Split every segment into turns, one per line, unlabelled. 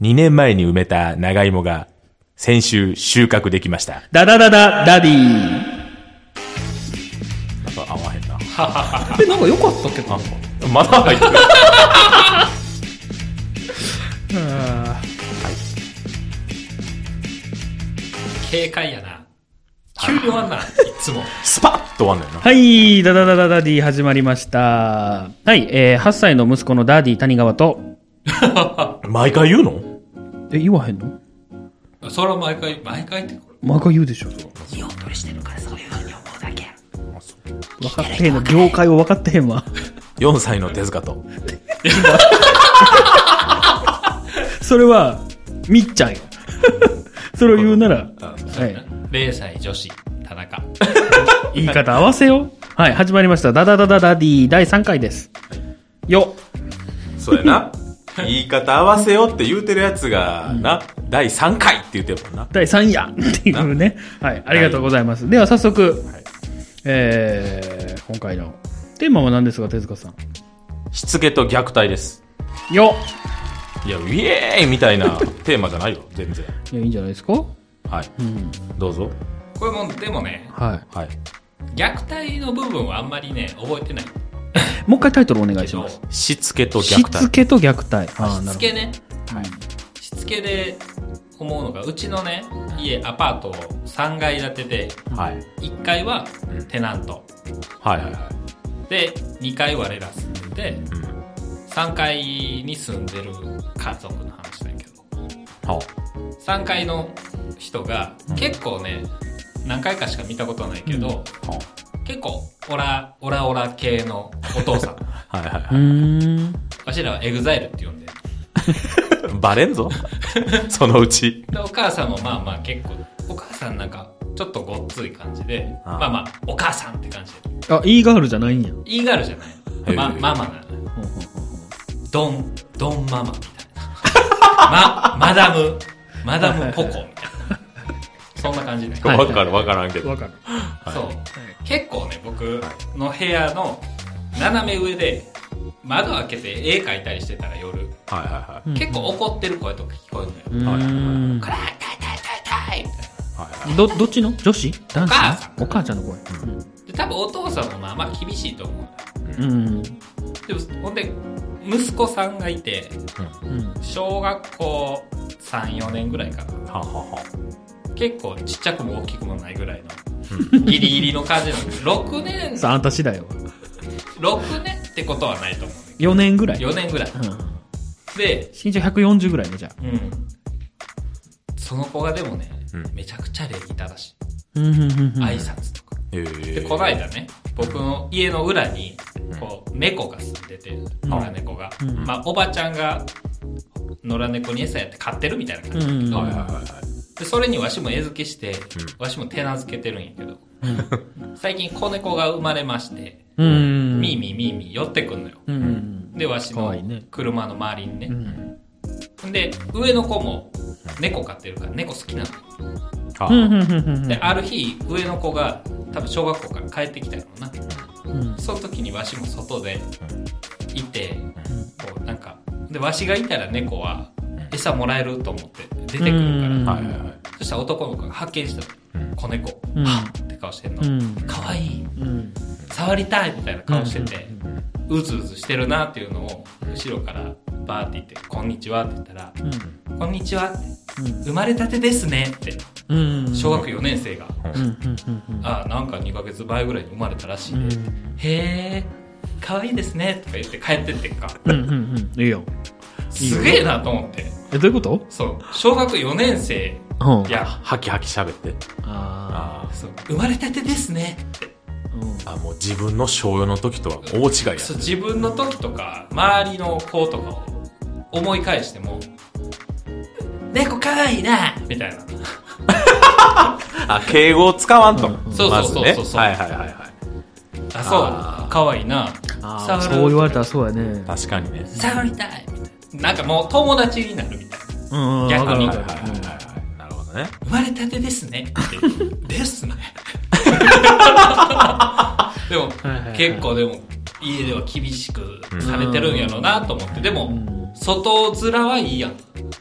2年前に埋めた長芋が先週収穫できました。
ダダダダダディ
なんか合わへんな。
え、なんか良かったっけど。
まだ入ってる。
軽快やな。急に終わんな、いつも。
スパッと終わんのよな。
はい、ダダダダダディ始まりました。はい、えー、8歳の息子のダディ谷川と、
毎回言うの
え、言わへんの
それは毎回、毎回ってこれ。
毎回言うでしょ。
気を取りしてるからそういうふうに思うだけ
分かってへんの、業界を分かってへんわ。
4歳の手塚と。
それは、みっ ちゃんよ。それを言うなら、はい。
0歳女子、田中。
言い方合わせよ。はい、始まりました。ダダダダダディ第3回です。よ
そうやな。 言い方合わせよって言うてるやつが、な、第3回って言ってるもんな。
第3夜っていうね。はい、ありがとうございます。では早速、えー、今回のテーマは何ですか、手塚さん。
しつけと虐待です。
よ
いや、イエーイみたいな テーマじゃないよ、全然。
いや、いいんじゃないですか
はい。どうぞ。
これも、でもね、
は
はい。
虐待の部分はあんまりね、覚えてない
い。もう一回タイトルお願い
け
し
ど
ま、す。
しつけと
し
虐
つ
待。
けと虐待。あーな
しつ
るほ
けね、しつけで思うのが、うちのね、家、アパートを3階建てで、
はい。
1階はテナント、
はいはいは
で、2階はレラスで、
い。うん。
3階に住んでる家族の話だけど、
は
3階の人が結構ね、何回かしか見たことないけど、
あは
結構オラオラオラ系のお父さん
あはいはい
ど。うーん。
わしらはエグザイルって呼んで
はい。バレんぞ。 そのうち。
でお母さんもまあまあ結構お母さんなんかちょっとごっつい感じで
ああ
まあまあお母さんって感じで
あ、イーガールじゃないんや。
イーガールじゃない、ま、
へえ
ママなのドンドンママみたいな まマダムマダムポコみたいなそんな感じで、
はい
わかるわからんけど。
わかる。
そう、結構ね僕の部屋の斜め上で窓開けて絵描いたりしてたら夜
はいはいはい。
結構怒ってる声とか聞こえるのよ、
うーん。
こら痛い痛い痛い痛いみたいな
はいはい
ど、どっちの女子男子
母さ
お母ちゃんの声。
で多分お父さんもまあまあ厳しいと思う
うん。
でもほんで息子さんがいて
うん。
小学校34年ぐらいかな
はあは
結構ちっちゃくも大きくもないぐらいのギリギリの感じなんで6年
さあ、あんた次第は。
6年ってことはないと思うね
4年ぐらい。
4年ぐらい
うん。
で
身長140ぐらいね、じゃあ。
うんその子がでもね、
うん
めちゃくちゃ礼儀正し
うん、うん、うん
い挨拶とか、
あ。へえ。
でこないだね僕の家の裏にこう猫が住んでて野良猫が、
ん
まあ、おばちゃんが野良猫に餌やって飼ってるみたいな感じだけど、
うん
はいはいはいはい。
でそれにわしも餌付けして、わしも手なずけてるんやけど、最近子猫が生まれまして、
うん。
ミーミーミーミー寄ってくんのよ、
うん。
でわし
か
の
わいいね
車の周りにね、
うん。
で上の子も猫飼ってるから猫好きなの
はあ
うん。うん。うん。
である日上の子が多分小学校から帰ってきたよな
うん。
その時にわしも外でいてこうなんかでわしがいたら猫は餌もらえると思って出てくるか
うん
ら
はいはいはい。
そしたら男の子が発見したの子猫
うん
はっって顔してんの
うん
かわいい
うん。
触りたいみたいな顔しててうずうずしてるなっていうのを後ろからバーって言って「こんにちは」って言ったら「こんにちは」って「生まれたてですね」って
うん。
小学4年生が
うん。うん。うん。
あなんか2ヶ月前ぐらいに生まれたらしいね、へえ可愛いですねとか言って帰ってってんか
うん。うん。いいよ。
すげえなと思って
え、どういうこと
そう小学4年生
うん
い。や
はきはき喋って。
あ
あ
そう生まれたてですね
あ。あ、もう自分の小4の時とは大違いや。
そう自分の時とか周りの子とかを思い返しても猫可愛いなみたいな
あ、敬語を使わんと。
そう
まずね
そうそうそうそう
はいはいはいはい。
あそう
あー
可愛いな
あ。そう言われたらそうやね。
確かにね。
触りたいみたいななんかもう友達になるみたいな
うん。わか
はいはいは
る
いはい。なるほどね。
生まれたてですねってですねでも、
はいはいはい
結構でも家では厳しくされてるんやろうなと思ってでも、外面はいいやん。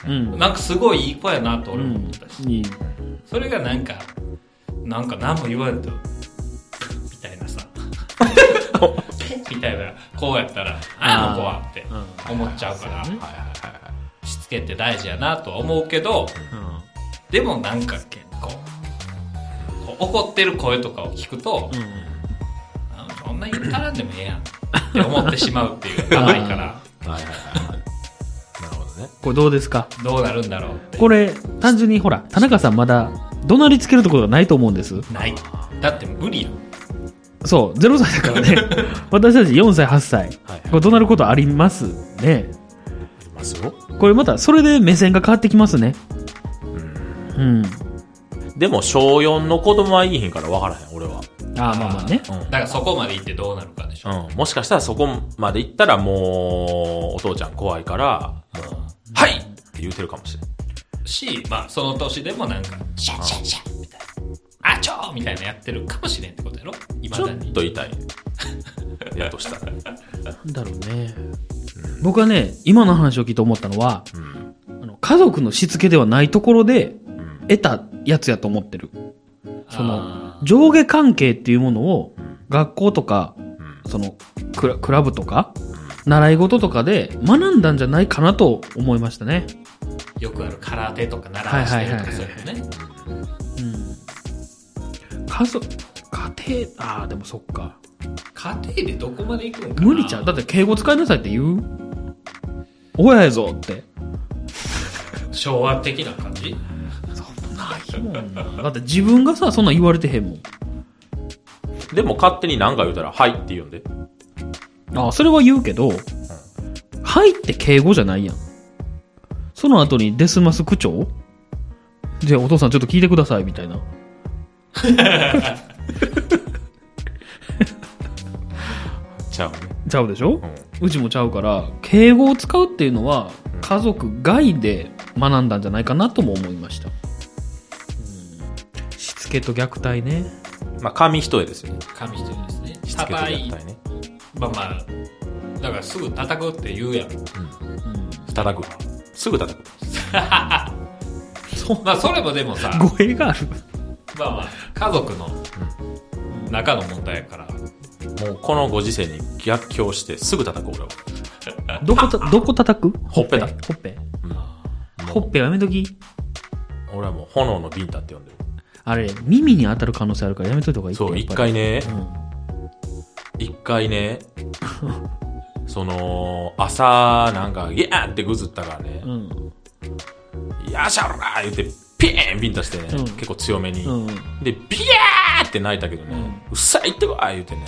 うん。
なんかすごいいい子やなと
う
俺も
ん
思ったし。。
いい。
それがなんか、なんか何も言われると、みたいなさ。みたいな、こうやったら、あの子はって思っちゃうから、しつけって大事やなとは思うけど、でもなんか結構、こう怒ってる声とかを聞くと、あのそんな言ったらんでもええやんって思ってしまうっていう甘い
はいはいは
から、
い。なるほどね。
これどうですか
どうなるんだろうって。
これ、単純にほら、田中さんまだ、怒鳴りつけるところがないと思うんです。
ない。だって無理やん。
そう、0歳だからね。私たち4歳、8歳。
はい
これ怒鳴ることありますね。
ありますよ。
これまた、それで目線が変わってきますね。うん。
でも、小4の子供は言いひんから分からへん、俺は。
ああ、まあまあね。
うん
だからそこまで行ってどうなるかでしょ。
うん、もしかしたらそこまで行ったらもう、お父ちゃん怖いから、もう、はいって言うてるかもしれん。
し、まあその年でもなんか、シャンシャンシャンみたいな。あちょーみたいなやってるかもしれんってことやろ今
ちょ
だ
っ
に。
と痛い。やとした ら。
なんだろうね。僕はね、今の話を聞いて思ったのは、
うん。
あの家族のしつけではないところで
うん。
得たやつやと思ってる。その
あ、
上下関係っていうものを、学校とか、
うん。
そのクラ、クラブとか、習い事とかで学んだんじゃないかなと思いましたね。
ーよくある空手とか習わしてるとかそういうのね。
うん。家族、家庭、ああ、でもそっか。
家庭でどこまで行くんかな
無理ちゃう。だって敬語使いなさいって言う親やぞって。
昭和的な感じ
ないもんな。だって自分がさ、そんなん言われてへんもん。
でも勝手に何か言うたら、はいって言うんで。
ああ、それは言うけど、はいって敬語じゃないやん。その後にデスマス区長じゃあお父さんちょっと聞いてくださいみたいな。
ちゃうね。
ちゃうでしょ
うん。
うちもちゃうから、敬語を使うっていうのは家族外で学んだんじゃないかなとも思いました。うんしつけと虐待ね。
まあ、紙一重ですよね。
紙一重ですね。
しつけと
叩い
虐待ね。
まあまあ、だからすぐ叩くって言うやん。
叩く。すぐ叩く。
そう。
まあそれもでもさ、
語弊がある。
まあまあ、家族の中の問題やから、
もうこのご時世に逆境してすぐ叩く俺は。
どこた、どこ叩く
ほっぺだ
ほっぺ。
うん
ほっぺはやめとき。
俺はもう炎のビンタって呼んでる。
あれ、耳に当たる可能性あるからやめといた方がいいって
そう、
やっ
一
ぱり
回ね、
うん
一回 ね、その、朝、なんか、ギャーってぐずったからね、
うん。
よっしゃおらー言って、ピーンビンタしてね、
うん
結構強めに。
うん。
で、ビヤーって泣いたけどね、うっさい行ってこい言うてね、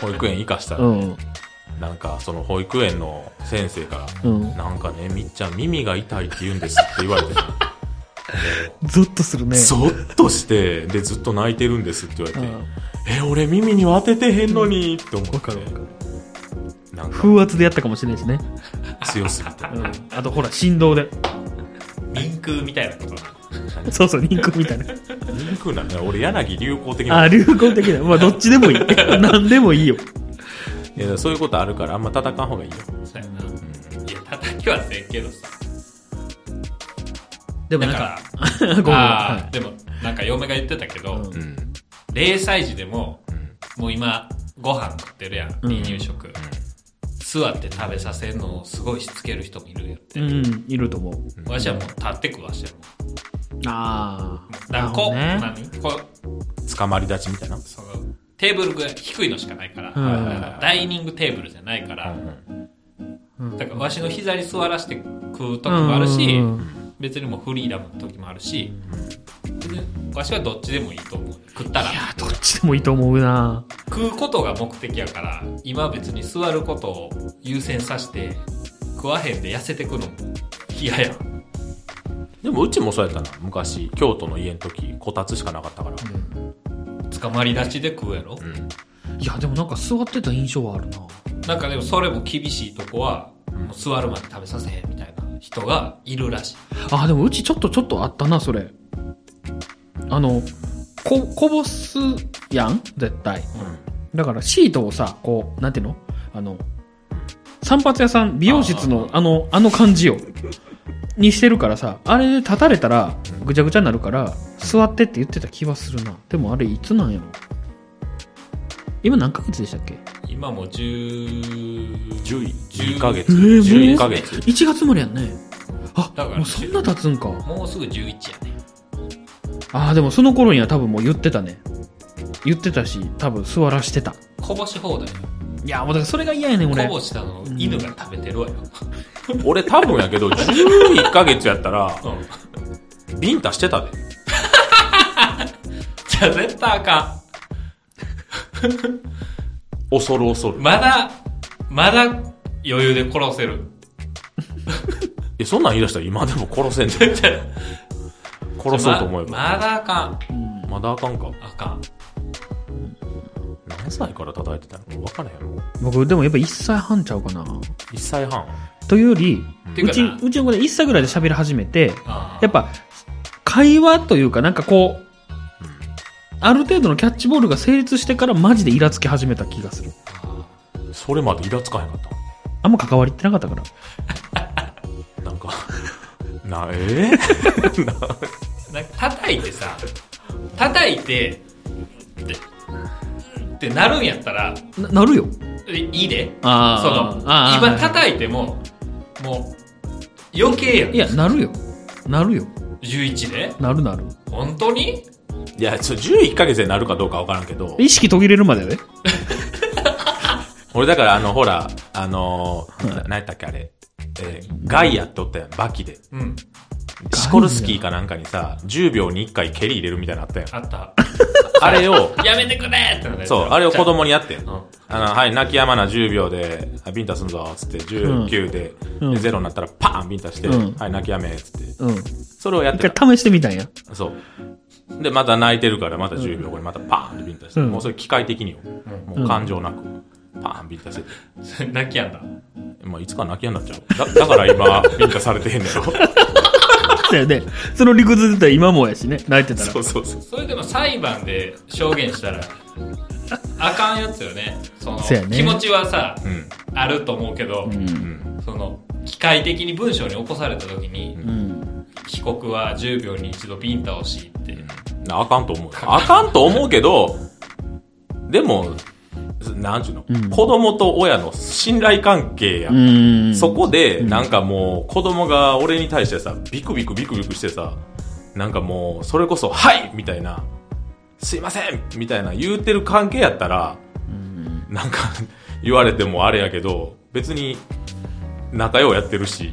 保育園行かしたら、
うん。
なんか、その保育園の先生から、
うん。
なんかね、みっちゃん耳が痛いって言うんですって言われ てね、
ゾッとするね。
そっとして、で、ずっと泣いてるんですって言われ
う
て、
ん。
え、俺耳には当ててへんのに、って思って、なんか
風圧でやったかもしれないしね。
強すぎて。
うん。あとほら、振動で。
民空みたいなことな。
そうそう、リンクみた いな。
憎くなるな俺、柳流行的
あ、
な。
流行的な。まあ、どっちでもい い。何でもいいよ。
いやそういうことあるから、あんま叩かん方がいいよ。。
そうやな。いや、叩きはせんけどさ。
でも
だ
なん
か
か、ご
ら、
めんごめん。
あ
は
ーでも、なんか嫁が言ってたけど、
うん
0歳児でも、
うん。
もう今、ご飯食ってるやん、
うん
離乳食。座って食べさせんのをすごいしつける人もいるやって。
いうん、いると思う。
わしはもう立って食わしてるもん。
ああ。
だからこう、
なるほどね。
何こう、
捕まり立ちみたいな。
そのテーブルが低いのしかないから、
はいはい
はい
ダイニングテーブルじゃないから、
うん
だからわしの膝に座らせて食う時もあるし、
うん
別にもうフリーダムの時もあるし、別にわしはどっちでもいいと思う食ったら
いや、どっちでもいいと思うな。
食うことが目的やから今は別に座ることを優先させて食わへんで痩せてくのも嫌やん
でも、うちもそうやったな。昔、京都の家の時、こたつしかなかったから。
捕まり立ちで食うやろ、
うん。
いや、でもなんか座ってた印象はあるな。
なんかでもそれも厳しいとこはもう座るまで食べさせへんみたいな人がいるらしい
あ、でもうちちょっとちょっとあったな、それ。あの、こ、こぼすやん絶対。だからシートをさ、こう、なんていうのあの、散髪屋さん、美容室のあの、あの感じよ。にしてるからさ、あれで立たれたら、ぐちゃぐちゃになるから、座ってって言ってた気はするな。でもあれいつなんやろ今何ヶ月でしたっけ
今もう10
12ヶ月。
えー
12ヶ月。
?1 月までやんね。あ
だか、ら
もうそんな経つんか。
もうすぐ11やね
ああ、でもその頃には多分もう言ってたね。言ってたし、多分座らしてた。
こぼし放題よ
いや、もうだからそれが嫌やねん、俺
こ。ぼしたのを犬が食べてるわよ、
俺多分やけど、11ヶ月やったら、
うん
ビンタしてたで。
じゃあ絶対あか
恐る恐
ん
る。
まだまだ余裕で殺せる
え、そんなん言い出したら今でも殺せんで。殺そうと思えば。
ままだあかん
まだあかんか。
あかん
何歳から叩いてたのか分からへんの
僕、でもやっぱ1歳半ちゃうかな。
?1 歳半。
というより、
ていう
う
か
ち、
な
うちの子で1歳ぐらいで喋り始めて、
あー
やっぱ、会話というか、なんかこう、ある程度のキャッチボールが成立してからマジでイラつき始めた気がする。
それまでイラつかへんかっ
あんま関わりってなかったから。
た。なんか、 な、えー、
なんか叩いてさ叩いてってってなるんやったら
ななるよ。
えいいで
あ
その
あ
今叩いてももう余計やん
いや、なるよ。なるよ。
11で
なるなる。
本当に
いや、ちょ、11ヶ月になるかどうか分からんけど、
意識途切れるまでね。
俺だからあの、ほら、あのー、な何やったっけあれ、えーガイアっておったやん、バキで。
うん
シコルスキーかなんかにさ、10秒に1回蹴り入れるみたいなのあったやん。
あった
あれを、
やめてくれってなるやつ
そう、あれを子供にやってん
うん
あの、はい、泣き止まな10秒で、あビンタすんぞ、つって、19で、
うん
でゼロになったらパーンビンタして、
うん
はい、泣き止め、つって。
うん。
それをやって
一
た。
回試してみたんや。
そう。で、また泣いてるから、また10秒後にまたパーンってビンタして、
うん
もうそれ機械的によ。もう感情なく、パーンビンタしてて。
それ泣きやんだ
まあ、いつか泣きやんなっちゃう。だだから今、ビンタされてへんねやろ。
だよね。その理屈で言ったら今もやしね。泣いてた ら
そ。うそうそう。
それでも裁判で証言したらあかんやつよねその
せやね
気持ちはさ、
ん
あると思うけど、
うん。
その機械的に文章に起こされた時に、
うん。
被告は10秒に一度ビンタをしって
なあかんと思うよ。あかんと思うけど、でも、なんちゅうの、
ん
子供と親の信頼関係やん
うん。
そこで、なんかもう、子供が俺に対してさ、ビクビクビクビクしてさ、なんかもう、それこそ、はいみたいな、すいませんみたいな言うてる関係やったら、なんか、言われてもあれやけど、別に、仲良うやってるし、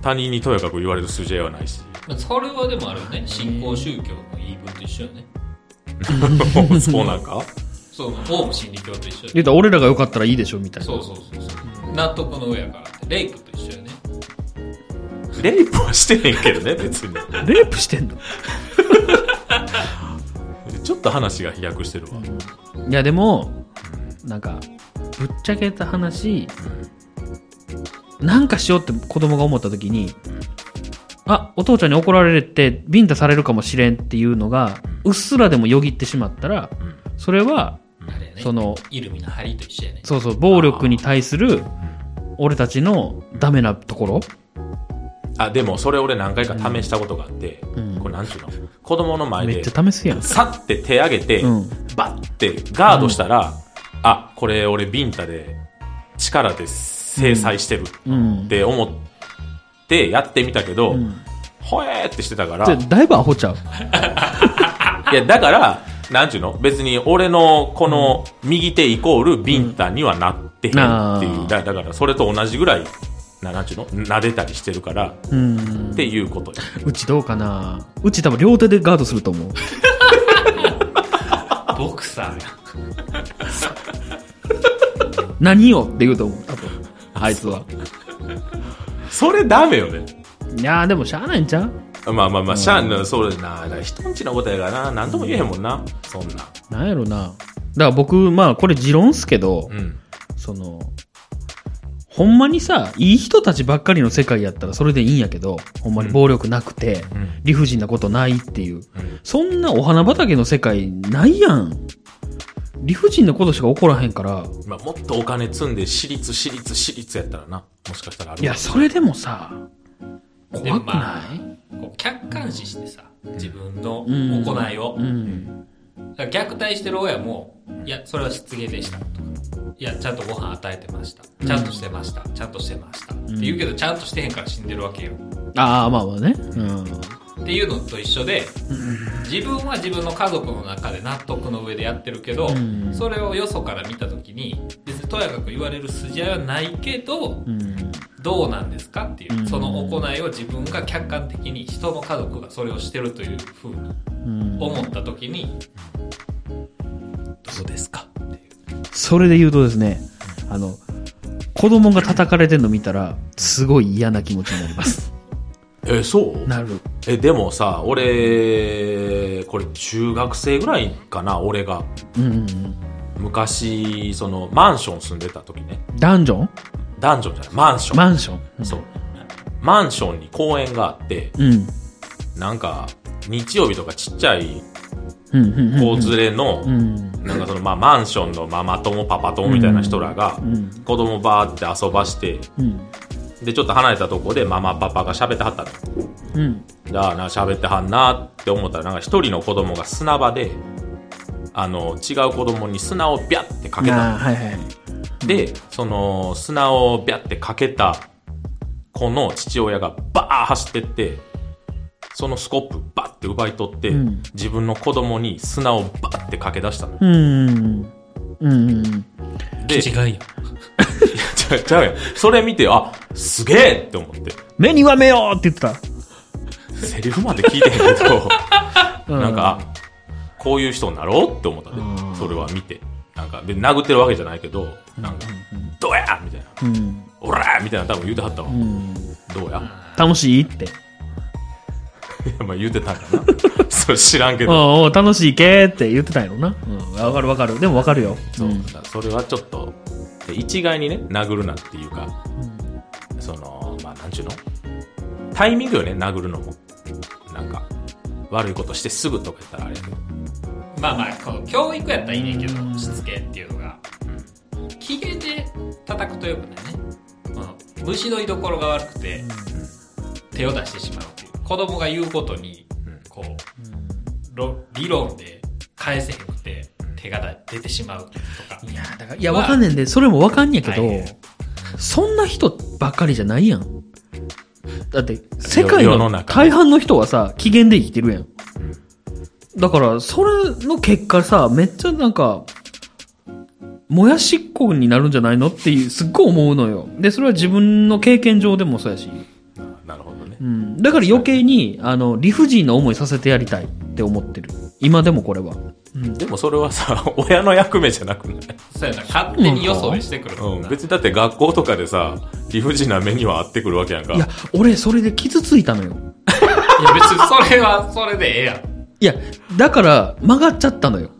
他人にとやかく言われる筋合いは ないし。
それはでもあるよね新興宗教の言い分と一緒よね
そうなんか
そうオウム真理教と一緒よね
言ったら俺らが良かったらいいでしょ、みたいな。
そうそうそうそう納得の上やからってレイプと一緒よね
レイプはしてへんけどね、別に。
レイプしてんの
ちょっと話が飛躍してるわ。
いやでも、なんか、ぶっちゃけた話、なんかしようって子供が思った時に、あ、お父ちゃんに怒られて、ビンタされるかもしれんっていうのが、うっすらでもよぎってしまったら、それは、
あれやね
その
イルミの針と一緒やね
そうそう、暴力に対する、俺たちのダメなところ
あ、でも、それ俺何回か試したことがあって、
うん
これなんちゅうの子供の前で。
めっちゃ試すやん。
さって手上げて、
うん
バッてガードしたら、あ、これ俺ビンタで力で制裁してる
うん
っ。て思ってやってみたけど、
うん
ほえーってしてたから、
でだいぶアホちゃう。
いや、だから、なんちゅうの別に俺のこの右手イコールビンタにはなってへんっていう。
うん
だだから、それと同じぐらい、ななんちゅうの撫でたりしてるから、
うん。
っていうことよ
うちどうかなうち多分両手でガードすると思う。
ボクサーや
何をって言うと思う、多分。あいつは。
それダメよね。
いやーでもしゃあないんちゃう
まあまあまあ、シャンの、そうだな。だから人んちのことやからな。なんとも言えへんもんな。そんな。
なんやろな。だから僕、まあこれ持論っすけど、
うん。
その、ほんまにさ、いい人たちばっかりの世界やったらそれでいいんやけど、ほんまに暴力なくて、
ん
理不尽なことないっていう、
ん
そんなお花畑の世界ないやん。理不尽なことしか起こらへんから、
まあ、もっとお金積んで、私立、私立、私立やったらな。もしかしたらある
いや、それでもさ、
で
怖
も
くない、
まあこう客観視してさ自分の
うん
行いを、
うん。
だから虐待してる親もいやそれは失言でしたとかいやちゃんとご飯与えてましたちゃんとしてました、ちゃんとしてました、って言うけどちゃんとしてへんから死んでるわけよ
ああ、まあまあね。うん。
っていうのと一緒で、自分は自分の家族の中で納得の上でやってるけど、
うん
それをよそから見た時に別にとやかく言われる筋合いはないけど
うん。
どうなんですかっていう、
うん
その行いを自分が客観的に人の家族がそれをしてるというふうに
うん。
思った時に、どうですかっていう
それで言うとですね、あの、子供が叩かれてんの見たら、すごい嫌な気持ちになります。
え、そう
なる。
え、でもさ、俺、これ中学生ぐらいかな、俺が。
うんうんうん。
昔、その、マンション住んでた時ね。
ダンジョン
ダンジョンじゃない、マンション。
マンション
そう。マンションに公園があって、
うん。
なんか、日曜日とかちっちゃい
うん。うん。うん
子連れの、
うん。
なんかその、まあ、マンションのママ友、パパ友みたいな人らが、
うん。
子供バーって遊ばして、
うん。
で、ちょっと離れたとこでママ、パパが喋ってはったの。
うん。
だあな、喋ってはんなって思ったら、なんか一人の子供が砂場で、あの、違う子供に砂をビャってかけた
ああ、はいはい。
の。で、その、砂をビャってかけた子の父親がバー走ってって、そのスコップバって奪い取って、
うん
自分の子供に砂をバってかけ出したの。
うん。うん。うん。
で、
違うよ
いやちゃうちゃうやん。それ見て、あ、すげえって思って。
目には目よって言ってた。
セリフまで聞いてへんけど、
う
なんか、あこういう人になろうって思ったで
う、ん
それは見て。なんか、で、殴ってるわけじゃないけど、なんか、どうやみたいな。
うん。
おらみたいな多分言うてはったわ
う。ん。
どうや
楽しいって。
いやまあ言うてたんかな。 それ知らんけど。
おうおう楽しいけーって言ってたんやろな。うん。わかるわかる。でもわかるよ。
そう
うん。
だからそれはちょっと、で一概にね、殴るなっていうか、その、まあ、なんちゅうのタイミングよね、殴るのも。なんか、悪いことしてすぐとか言ったらあれやけど。
まあまあこの教育やったらいいねんけどしつけっていうのが機嫌で叩くとよくないねこの虫の居所が悪くて手を出してしまうっていう子供が言うことに
うん
こうろ理論で返せへんくて手が出てしまうとか
いや、だから、いや、わかんねんで、それもわかんねんけど
はいはい、
そんな人ばっかりじゃないやん。だって、世界
世の
の
中
大半の人はさ、機嫌で生きてるやん。だから、それの結果さ、めっちゃなんか、もやしっこになるんじゃないのっていう、すっごい思うのよ。で、それは自分の経験上でもそうやし。
あなるほどね
う。ん。だから余計に、あの、理不尽な思いさせてやりたいって思ってる。今でもこれは。うん。
でもそれはさ、 親の役目じゃなくない
そうやな勝手に予想してくるも
うんん、
な
別にだって学校とかでさ、理不尽な目には合ってくるわけやんか。
いや、俺、それで傷ついたのよ。
いや別にそれはそれでええやん
いや、だから曲がっちゃったのよ。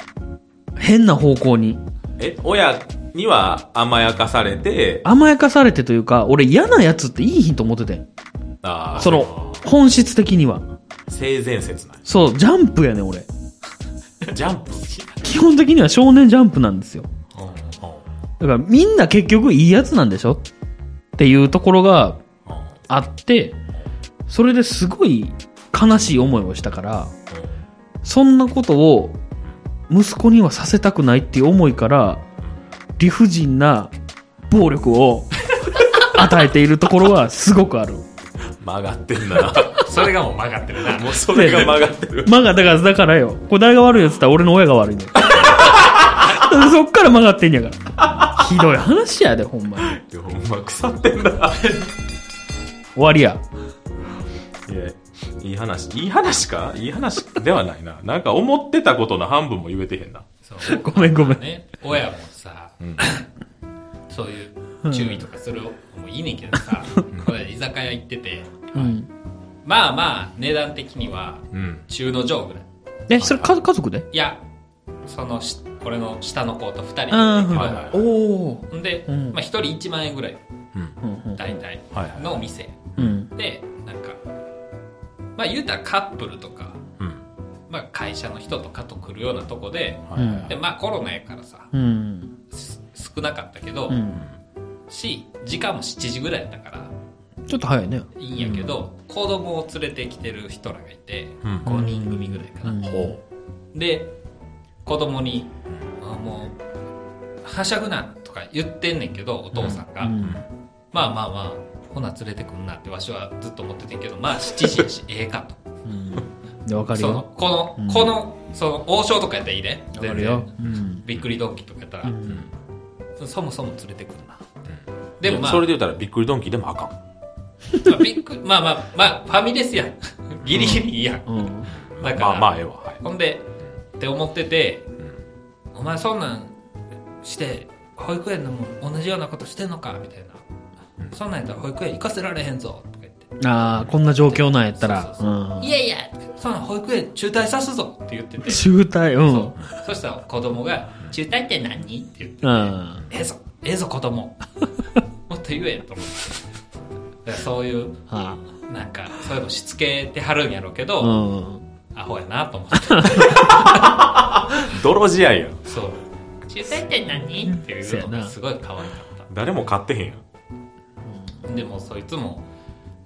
変な方向に。
え、親には甘やかされて、
甘やかされてというか、俺嫌なやつっていい日と思っててん。
あー
その、本質的には。
性善説なんや
そう、ジャンプやねん、俺。
ジャンプ。
基本的には少年ジャンプなんですよ。
うん
だからみんな結局いいやつなんでしょっていうところが
うんうん
あって、それですごい悲しい思いをしたから、そんなことを息子にはさせたくないっていう思いから、理不尽な暴力を与えているところはすごくある。
曲がってん な。
それがもう曲がってるな
もうそれが曲がってる。
まが、だから、だからよ。これ誰が悪いよって言ったら俺の親が悪いね。そっから曲がってんやから。ひどい話やで、ほんまに。
いやほんま腐ってんな。い
終わりや。
や、いい話。いい話かいい話ではないな。なんか思ってたことの半分も言えてへんな。
そう
ごめんごめん
ね、親もさ、
ん
そういう注意とかするのもいいねんけどさ、これ居酒屋行ってて、
うん。
まあまあ値段的には
うん。
中の上ぐらい。
え、それ家家族で
いや、そのし、これの下の子と二人で
あ
行
はいはい
って
あ、おお。
けど、んで、
うん
まあ一人1万円ぐらい、
うん
大体
はいはい、
のお店。
うん。
で、なんか、まあ言うたらカップルとか、
うん。
まあ、会社の人とかと来るようなとこで
はいはいはい
で、まあ、コロナやからさ
うん。
す少なかったけど、
うん。
し時間も7時ぐらいやったから
ちょっと早いね。
いいんやけど、子供を連れてきてる人らがいて、
うん
5人組ぐらいかな、
うん
ほ
で子供に「あもうはしゃぐな」とか言ってんねんけどお父さんが、
うん
まあまあまあほな連れてくんなってわしはずっと思っててんけどまあ7時やしええかと
うん。で、わかる
その
よ。
この、
うん
このその王将とかやったらいいね
わかるよ。うん。
びっくりドンキーとかやったら、
うん
そもそも連れてくんな
う
で
で
も
も、
まあ
それで言ったらびっくりドンキーでもあかん
まあびっくりまあまあまあファミレスやん ギリギリいいやん、
うん。
だから、
まあまあええわはい
ほんでって思ってて、お前そんなんして保育園でも同じようなことしてんのかみたいな、そんなんやったら保育園行かせられへんぞとか言って
ああ、こんな状況なんやったら。
そう
う
そうんい。やいやそんなん保育園中退さすぞって言っててそ
渋滞、う。
うんそしたら子供が「中退って何?」って言って
うん。
ええぞええぞ子供 もっと言えと思ってだからそういう
は
なんかそういうのしつけてはるんやろうけど、
あ。うん。
アホやなと思って
泥仕合やん
そう中退って何っていうのがすごい可愛かった
誰も買ってへんやん
でもそいつも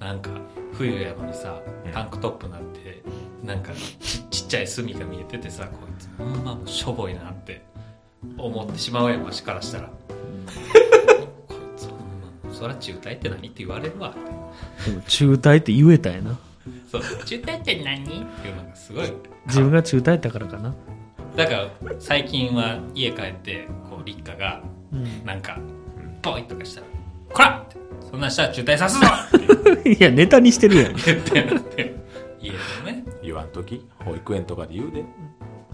なんか冬やのにさ
うん
タンクトップなんてなんかちちっちゃい隅が見えててさこいつほんまもうしょぼいなって思ってしまうやんわしからしたらこいつほんまそら中退って何って言われるわって
でも、中退って言えたやな。
そう中退って何っていうのがすごい
自分が中退やったからかな。
だから最近は家帰ってこう立花がなんかポイとかしたら「こら!」ってそんなんしたら中退さすぞって
いや、ネタにしてるやん。
言ってなって家でね
言わんとき保育園とかで言うで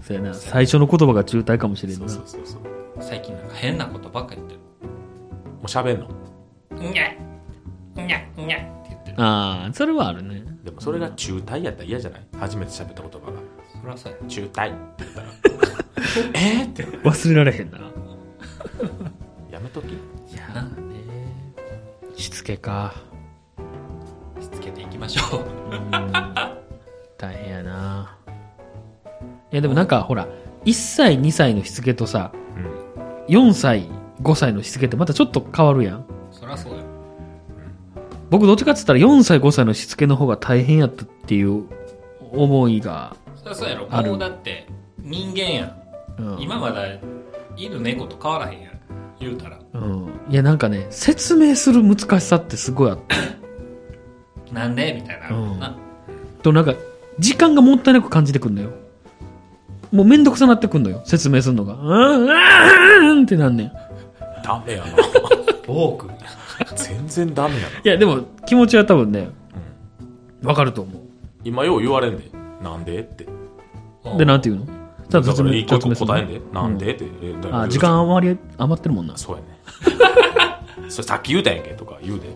そうやな。最初の言葉が中退かもしれん
そ
な
う。そうそうそうも
最近なんか変なことばっか言って
う喋んの
る。にゃっにゃっにゃっって言ってる。
ああ、それはあるね。
でもそれが中退やったら嫌じゃない初めて喋った言葉が
そらそうや。
中退って言ったらえーって
忘れられへんな。
やめとき
いやーねしつけか。
しつけていきましょう。
大変やな。いや、でもなんか、ほら、1歳、2歳のしつけとさ、
うん
4歳、5歳のしつけってまたちょっと変わるやん。
そらそうや。
僕どっちかって言ったら4歳5歳のしつけの方が大変やったっていう思いが、
そらそうやろ。
ある
もうだって人間やん。
うん
今まだ犬猫と変わらへんやん。言うたら。
うん、いやなんかね説明する難しさってすごいあった
なんでみたいな。
うん
な
となんか時間がもったいなく感じてくんのよもうめんどくさなってくんのよ説明するのがうんうんうんうんってなんねんい
ダメや な
ボーク。
全然ダメやな
やでも気持ちは多分ねわかると思
今よう言われんでなんでって
うで
な
なんて言うのた
だからいいこ
説
と
明する
答えんでなんで
う
ってえだから
あ時間余り余ってるもんな
そうやね それさっき言うたやんけとか言うで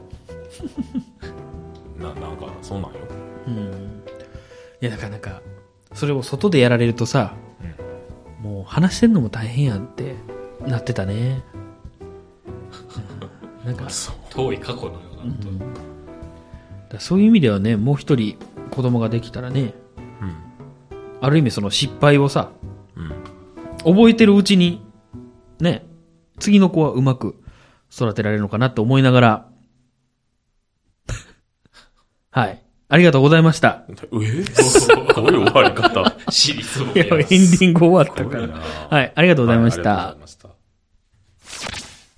ななんかそんなんよ
うんいやだからなんかそれを外でやられるとさ、もう話してんのも大変やんってなってたねうんなんか
そう
遠い過去のようなこと。
だからそういう意味ではねもう一人子供ができたらね
うん
ある意味その失敗をさ
うん
覚えてるうちにね次の子はうまく育てられるのかなって思いながら はいありがとうございました
えすごい終わり方
私立も
いやエンディング終わった
す
か
ごい
ら
な
はいありがとうございました、
はありがとうございました